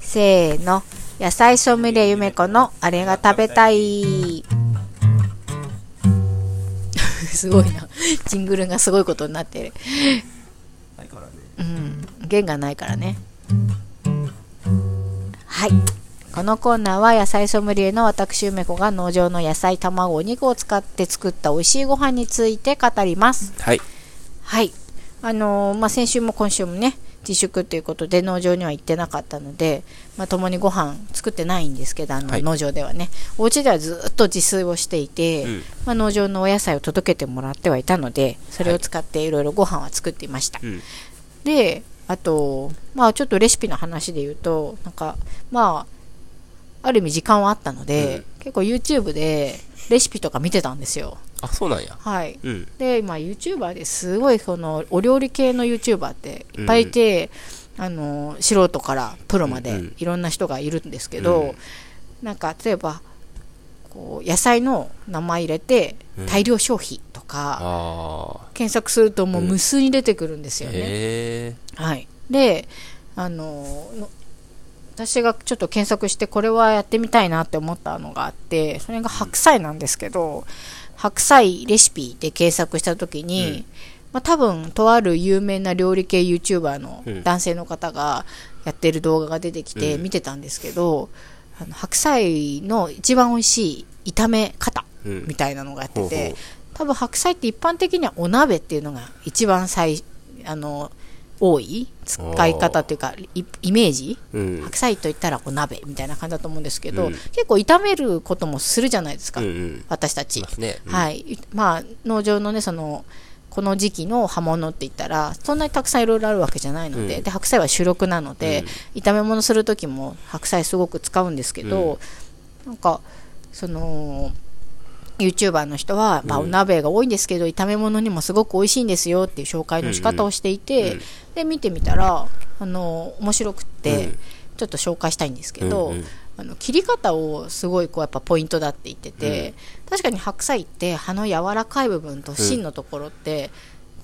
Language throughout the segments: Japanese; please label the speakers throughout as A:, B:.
A: せーの。野菜ソムリエゆめこのあれが食べたい。 すごいな。ジングルがすごいことになってる。
B: ないからね
A: うん。弦がないからね。はい。このコーナーは野菜ソムリエの私ゆめこが農場の野菜、卵、お肉を使って作った美味しいご飯について語ります。
B: はい
A: はい。あのーまあ、先週も今週もね、自粛ということで農場には行ってなかったので、まあ、共にご飯作ってないんですけど、あの、
B: はい
A: 農場ではね、お家ではずっと自炊をしていて、
B: うん
A: まあ、農場のお野菜を届けてもらってはいたので、それを使っていろいろご飯は作っていました。
B: うん
A: で、あと、まあ、ちょっとレシピの話で言うと、なんか、まあ、ある意味時間はあったので、
B: うん
A: 結構 YouTube でレシピとか見てたんですよ。
B: あそうなんや
A: はい。
B: うん
A: で今 YouTuber ですごいそのお料理系の YouTuber っていっぱいいて、あの素人からプロま
B: うんう
A: で
B: ん
A: いろんな人がいるんですけど、
B: うん
A: なんか例えばこう野菜の名前入れて
B: うん
A: 大量消費とか、
B: あ
A: 検索するともう無数に出てくるんです
B: ー
A: よね。
B: へえ
A: はい、であのの私がちょっと検索してこれはやってみたいなって思ったのがあってそれが白菜なんですけど白菜レシピで検索した時に、
B: うん
A: まあ、多分とある有名な料理系 YouTuber の
B: うん
A: 男性の方がやってる動画が出てきて
B: うん
A: 見てたんですけど、あの白菜の一番美味しい炒め方
B: うん
A: みたいなのがやって
B: ほうほ
A: て
B: う、
A: 多分白菜って一般的にはお鍋っていうのが一番最あの多い使い方っていうかイイメージ
B: うん
A: 白菜といったらお鍋みたいな感じだと思うんですけど、
B: うん
A: 結構炒めることもするじゃないですか、
B: うんうん
A: 私たち
B: いま。すねい
A: はいまあ、農場のねそのこの時期の葉物って言ったらそんなにたくさんいろいろあるわけじゃないので,、
B: うん
A: で白菜は主力なので、炒め物する時も白菜すごく使うんですけど、なんかその YouTuber の人は、まあ、
B: うん
A: お鍋が多いんですけど、炒め物にもすごく美味しいんですよっていう紹介の仕方をしていて、
B: うんうん
A: で見てみたらあの面白くって、
B: うん
A: ちょっと紹介したいんですけど、
B: うんうん
A: あの切り方をすごいこうやっぱポイントだって言ってて、確かに白菜って葉の柔らかい部分と芯のところって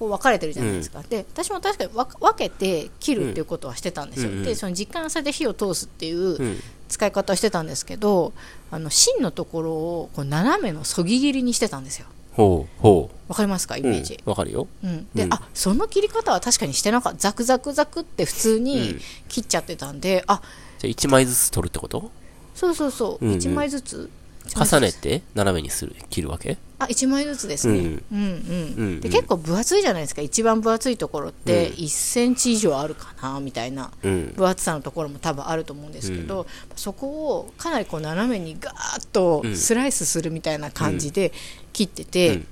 A: こう分かれてるじゃないですか、で私も確かに分か分けて切るっていうことはしてたんですよ、
B: うんうん
A: でその時間差で火を通すっていううん使い方をしてたんですけどあの芯のところをこう斜めのそぎ切りにしてたんですよ
B: ほうほう
A: わかりますかイメージ、
B: うんわかるよ
A: うん、で、
B: うん
A: あその切り方は確かにしてなかったザクザクザクって普通
B: う
A: に
B: ん
A: 切っちゃってたんで、あ
B: じゃあ1枚ずつ取るってこと
A: そうそうそう、
B: うんうん
A: 1枚ずつ
B: 重ねて斜めにする切るわけ
A: あ1枚ずつですね、うんうん
B: うんうん
A: で結構分厚いじゃないですか一番分厚いところって
B: うん
A: 1センチ以上あるかなみたいな
B: うん
A: 分厚さのところも多分あると思うんですけど、そこをかなりこう斜めにガーッと
B: うん
A: スライスするみたいな感じで切ってて、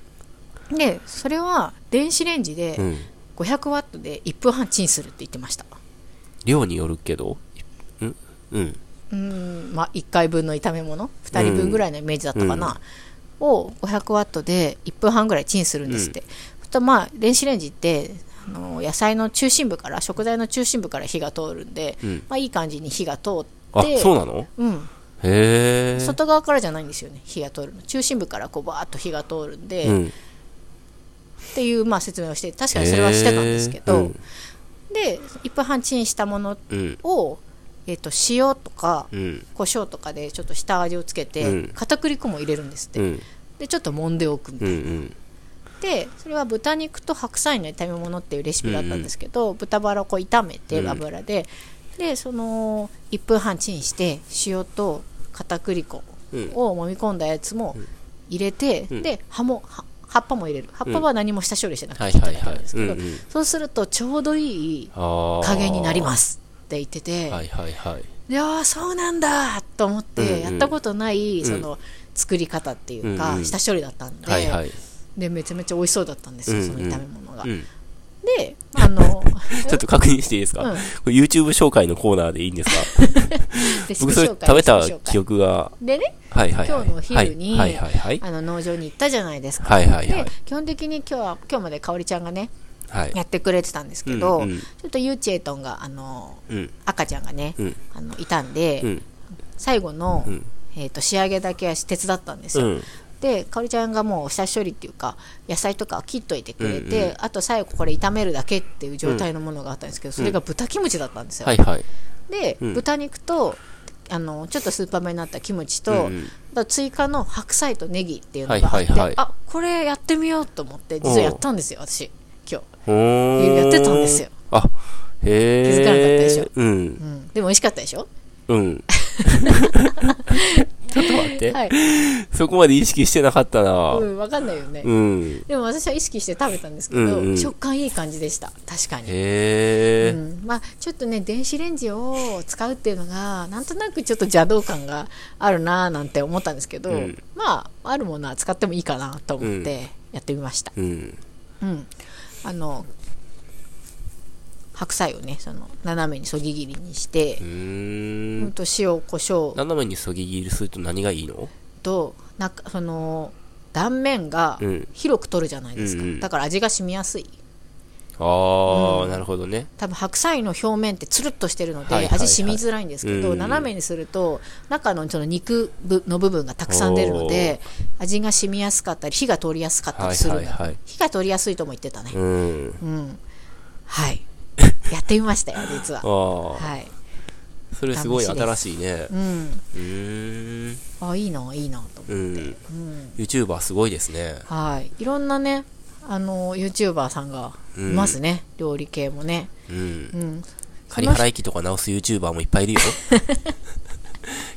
A: でそれは電子レンジ
B: う
A: で
B: ん
A: 500ワットで1分半チンするって言ってました。
B: 量によるけどうんうん
A: うんまあ、1回分の炒め物2人分ぐらいのイメージだったかな、を500ワットで1分半ぐらいチンするんですって、あとまあ電子レンジってあの野菜の中心部から食材の中心部から火が通るんで、
B: うん
A: まあ、いい感じに火が通って
B: あそうなの
A: うん、
B: へえ
A: 外側からじゃないんですよね火が通るの中心部からこうバーッと火が通るんで、
B: う
A: っ
B: ん
A: ていうまあ説明をして確かにそれはしてたんですけ
B: へ
A: ど、
B: ー
A: で1分半チンしたもの
B: うん
A: を、えっと塩とか、
B: うん
A: 胡椒とかでちょっと下味をつけて、
B: うん
A: 片栗粉も入れるんですって、
B: うん
A: でちょっと揉んでおくみた
B: う
A: い
B: んう
A: な、
B: ん
A: でそれは豚肉と白菜の炒め物っていうレシピだったんですけど、豚バラをこう炒めて
B: うん
A: 油で、でその1分半チンして塩と片栗粉を揉み込んだやつも入れて、
B: うん
A: で葉もは葉っぱも入れる葉っぱは何も下処理してなく
B: は
A: て切
B: い
A: った
B: は
A: だ
B: い
A: けな
B: は
A: んですけ
B: いう
A: ど、
B: んうん
A: そうするとちょうどいい
B: あー
A: 加減になりますって言ってて。
B: はいはいはい
A: いやーそうなんだと思っ
B: うんう
A: て
B: ん
A: やったことない、
B: うん
A: その作り方っていうか、
B: うんうん
A: 下処理だったんで,、
B: はいはい
A: でめちゃめちゃ美味しそうだったんですよ、その炒め物が、
B: うん
A: であの
B: ちょっと確認していいですか
A: うん
B: これ YouTube 紹介のコーナーでいいんですか
A: レシピ
B: 僕それ
A: 紹介
B: 食べた
A: レシピ紹介
B: 記憶が
A: でね
B: はいはいは
A: 今
B: い
A: 日のお昼に
B: はいはいはい
A: あの農場に行ったじゃないですか、
B: はいはいはい
A: で基本的に今日は今日までかおりちゃんがね
B: はい
A: やってくれてたんですけど、
B: うんうん
A: ちょっとユーチェイトンがあの
B: うん
A: 赤ちゃんがね、
B: うん
A: あのいたんで、
B: うん
A: 最後の、
B: うん
A: えー、と仕上げだけは手伝ったんです
B: う
A: よ、
B: ん
A: でかおりちゃんがもう下処理っていうか野菜とか切っといてくれて、
B: うんうん
A: あと最後これ炒めるだけっていう状態のものがあったんですけど、それが豚キムチだったんですよ、
B: はいはい
A: で、
B: うん
A: 豚肉とあのちょっとスーパー目になったキムチと、
B: うん
A: あと追加の白菜とネギっていうのがあって、
B: はいはいはい
A: あこれやってみようと思って実はやったんですよ私今日、
B: おー
A: やってたんですよ。
B: あ、へえ。
A: 気づかなかったでしょ
B: うん
A: う。ん、でも美味しかったでしょ
B: うん。ちょっと待って。
A: はい、
B: そこまで意識してなかったな。
A: うん、分かんないよね、
B: うん。
A: でも私は意識して食べたんですけど、
B: うんうん
A: 食感いい感じでした確かに
B: へ
A: う
B: え。
A: んまあ、ちょっとね電子レンジを使うっていうのがなんとなくちょっと邪道感があるなぁなんて思ったんですけど、
B: うん
A: まああるものは使ってもいいかなと思ってやってみました、
B: うん。
A: うんあの白菜をねその斜めにそぎ切りにして
B: う、
A: うんん、。と塩コショウ
B: 斜めにそぎ切りすると何がいいの
A: となんかその断面が
B: うん
A: 広く取るじゃないですか、
B: うんうん
A: だから味が染みやすい
B: あ
A: う
B: あ、
A: ん
B: なるほどね。
A: 多分白菜の表面ってつるっとしてるので、
B: はいはいはい
A: 味染みづらいんですけど、
B: うん
A: 斜めにすると中のその肉ぶの部分がたくさん出るので味が染みやすかったり火が通りやすかったりするの、
B: はいはいはい
A: 火が通りやすいとも言ってたね、
B: うん。
A: うんはい やってみましたよ実は
B: あ、あ、
A: はい
B: それすごい新しいね
A: う。ん、
B: うーん。
A: あいいないいなと思
B: う
A: って、
B: ん。
A: うん、
B: YouTuber すごいですね。
A: はいいろんなねあの YouTuber さんがいますね、料理系もね、
B: うん。
A: うん、
B: カニ払い機とか直す YouTuber もいっぱいいるよ。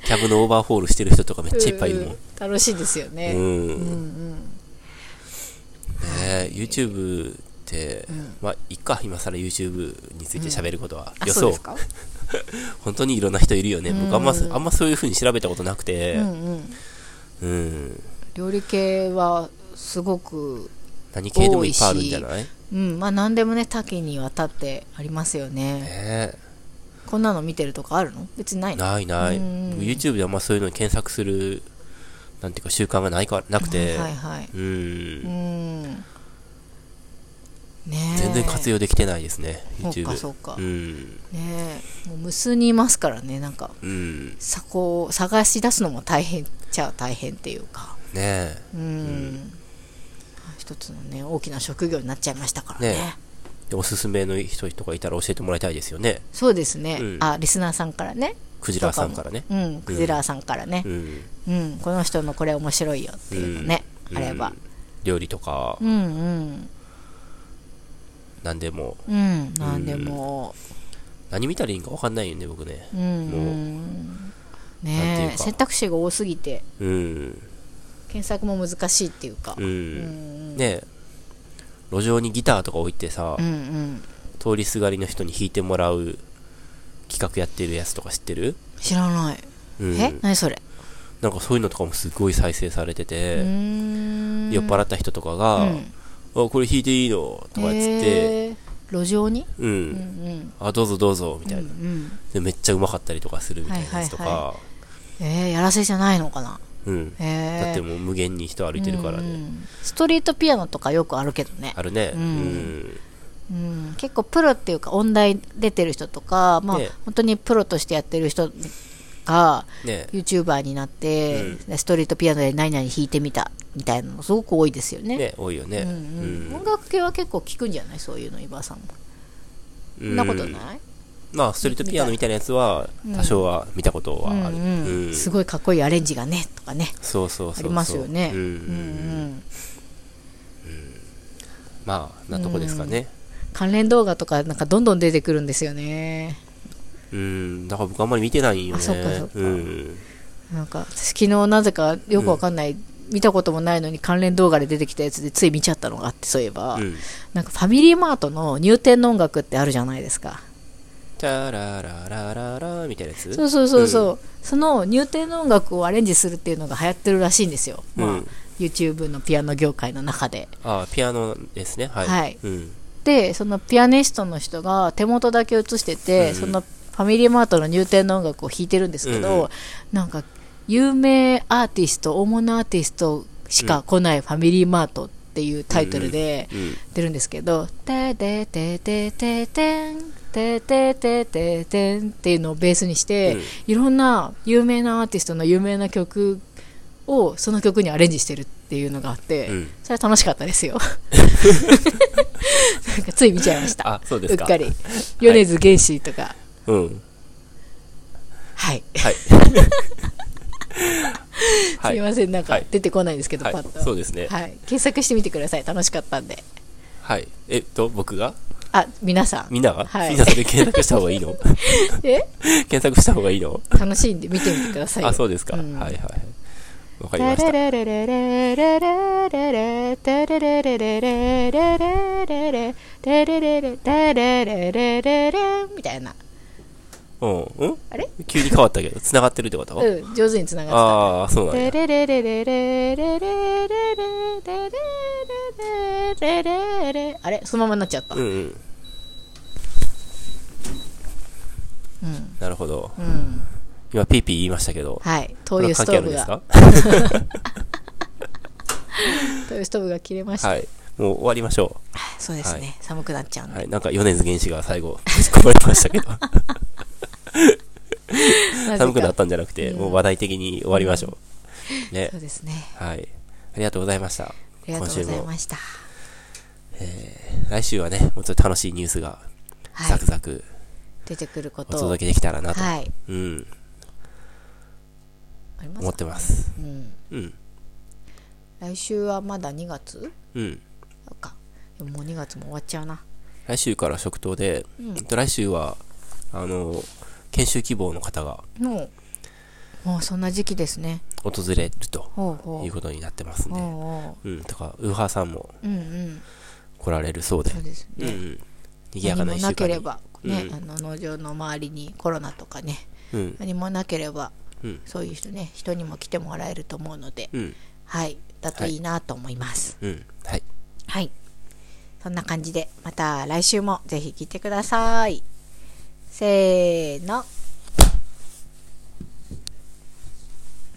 B: キャブのオーバーホールしてる人とかめっちゃいっぱいいるもん。
A: うん楽しいですよね、
B: うん。
A: うんう
B: ね
A: ん
B: え YouTube って、まあ、いっか、今更 YouTube について喋ることは。
A: あ
B: 予
A: そう
B: 想
A: ですか
B: 本当にいろんな人いるよね。僕あんま、あんまそういう風に調べたことなくて
A: う、んうん、
B: うん、
A: 料理系はすごく、
B: 何系でもいっぱいあるんじゃないね
A: うんまあ、何でもね多岐にわたってありますよね
B: え
A: こんなの見てるとかあるの別にないの
B: ないない。
A: う
B: 僕
A: ん
B: YouTube であんまそういうの検索する、なんていうか習慣がないか、なくて、
A: はいはい
B: う
A: う。
B: ん
A: んねえ
B: 全然活用できてないですね、
A: そう
B: YouTube。
A: かそうか
B: うん。
A: ねえもう無数にいますからねなんか
B: うん。ね
A: そこを探し出すのも大変っちゃ大変っていうか
B: え。
A: うん、一つのね大きな職業になっちゃいましたから
B: ね
A: ね
B: でおすすめの人とかいたら教えてもらいたいですよね。
A: そうですね、
B: うん
A: あリスナーさんからね
B: クジラさんからね。
A: うん、クジラーさんからね
B: う、ん。
A: うんこの人のこれ面白いよっていうのね、
B: うん
A: あれば、。
B: 料理とか
A: う、ん、うん
B: 何でも。
A: うんなんでも、
B: 何見たらいいんか分かんないよね、僕ね
A: う。んう、
B: もうんなんてい
A: ね
B: う
A: え
B: か
A: 選択肢が多すぎて
B: うん。
A: 検索も難しいっていうか、
B: う。
A: うんん、
B: ねえ路上にギターとか置いてさ
A: うんう、ん
B: 通りすがりの人に弾いてもらう企画やってるやつとか知ってる
A: 知らない、
B: うん。
A: え何それ
B: なんかそういうのとかもすごい再生されて
A: う
B: て、
A: ーん
B: 酔っ払った人とかが、
A: うん
B: あ、これ弾いていいのとかっつって、
A: へえ路上に
B: う
A: うん
B: ん。
A: うん
B: あ、どうぞどうぞ、みた
A: う
B: いな。
A: ん
B: でめっちゃうまかったりとかするみたいなやつとか、
A: はいはうんえー、やらせじゃないのかな
B: うん、
A: へえ
B: だってもう無限に人歩いてるから
A: う
B: ね、
A: んうんストリートピアノとかよくあるけどね
B: あるね
A: う
B: うんん、
A: うん、結構プロっていうか音大出てる人とか、まあ
B: ね
A: 本当にプロとしてやってる人が
B: ね
A: YouTuber になって、
B: う
A: ストリートピアノで何々弾いてみたみたいなのすごく多いですよね
B: ね多いよね
A: うんうん音楽系は結構聞くんじゃないそういうの伊庭さんもそんなこと
B: い
A: ない、
B: まあストリートピアノみたいなやつは
A: うん
B: 多少は見たことはある、
A: う
B: うんん
A: うんすごいかっこいいアレンジがねとかね
B: そうそうそう
A: あ
B: そう
A: りますよね
B: うん、
A: うんうん
B: まあなとこですかね
A: 関連動画とかなんかどんどん出てくるんですよね
B: うん、だから僕あんまり見てないよ
A: あ
B: ね
A: そっかそっか
B: うん、
A: なんか私昨日なぜかよくわかんない、見たこともないのに関連動画で出てきたやつでつい見ちゃったのがあってそういえば、
B: うん、
A: なんかファミリーマートの入店の音楽ってあるじゃないですか
B: チャラララララみたいなやつ
A: そうそうそうそう、その入店の音楽をアレンジするっていうのが流行ってるらしいんですよ、まあ
B: うん
A: YouTube のピアノ業界の中で
B: ああピアノですねはい、
A: はい
B: うん、
A: でそのピアニストの人が手元だけ映してて、
B: うん
A: そのファミリーマートの入店の音楽を弾いてるんですけど、
B: うんうん
A: なんか有名アーティスト大物アーティストしか来ないファミリーマートっていうタイトルで
B: うん
A: 出るんですけど「ててててててん」てててててんっていうのをベースにして、
B: うん
A: いろんな有名なアーティストの有名な曲をその曲にアレンジしてるっていうのがあって、
B: うん
A: それは楽しかったです よなんかつい見ちゃいました
B: あそうで
A: う
B: す
A: っ
B: か
A: かり米津玄師とか、
B: うん
A: はい。
B: は
A: すい
B: い。はい。
A: ません、なんか
B: はい
A: 出てこないですけど、
B: はい
A: パッと。
B: そうですね
A: はい。検索してみてください。楽しかったんで。
B: はい。えっと、僕が
A: あ、皆さん。
B: みんなが、
A: はい
B: みんなそれ検索した方がいいの
A: え
B: 検索した方がいいの
A: 楽しいんで見てみてくださいよ。
B: あ、そうですか。
A: うん
B: はいはいはい。わかりま
A: タ
B: した
A: ラ。ララララララララタラララララララララタラララタラララララみたいな。
B: うん。うん
A: あれ
B: 急に変わったけど、繋がってるってこと、
A: うん、上手につながっ
B: ああ、そう
A: て
B: な
A: た。
B: ん
A: レ
B: や。
A: レレレレレレレレレレレレあれそのままになっちゃった。
B: う
A: うんん。
B: うん。なるほど。
A: うん。
B: 今、ピーピー言いましたけど、
A: はい。
B: こ
A: 灯
B: れは
A: 油スト
B: 関係
A: ー
B: あるん
A: ブ
B: で
A: が
B: す、か
A: 灯油ストーブが切れました。
B: はい。もう終わりましょ
A: そうですね。寒くなっちゃうん
B: う。
A: で。
B: はい。なんか、米津玄師が最後、ぶち込まれましたけ ど、
A: ぜか
B: 寒くなったんじゃなくて、もう話題的に終わりましょう。ね
A: そ。うですね。
B: はい。ありがとうございました。
A: ありがとうござい
B: 今
A: ました。
B: 来週はね、もうちょっと楽しいニュースが、
A: は
B: ザ
A: い
B: ク。ザク
A: 出てくるこ
B: お
A: とを。
B: 届けできたらなと、
A: はい。
B: うん、
A: あります
B: 思ってます。
A: うん。
B: うん。
A: 来週はまだ2月
B: うん。
A: そっかでももう2月も終わっちゃうな
B: 来週から食堂で、
A: うん
B: えっと来週は、あの、研修希望の方が
A: もうもうそんな時期ですね
B: 訪れると
A: ほうほ
B: いう
A: う
B: ことになってますん
A: ほう
B: で、
A: ほ
B: うん、とか、ウーハーさんも
A: ううんうん
B: 来られるそうで
A: そ、うです
B: うん、う
A: ね
B: ん。賑
A: 何
B: やか
A: も
B: な一
A: な
B: 週
A: け
B: 間
A: れ
B: に。
A: ばね
B: うん
A: あの農場の周りにコロナとかね
B: うん、
A: 何もなければ
B: うん
A: そういう人ね人にも来てもらえると思うので
B: うん、
A: はいだといいなと思います
B: うん。はい。
A: はいそんな感じでまた来週もぜひ聞いてくださいせーの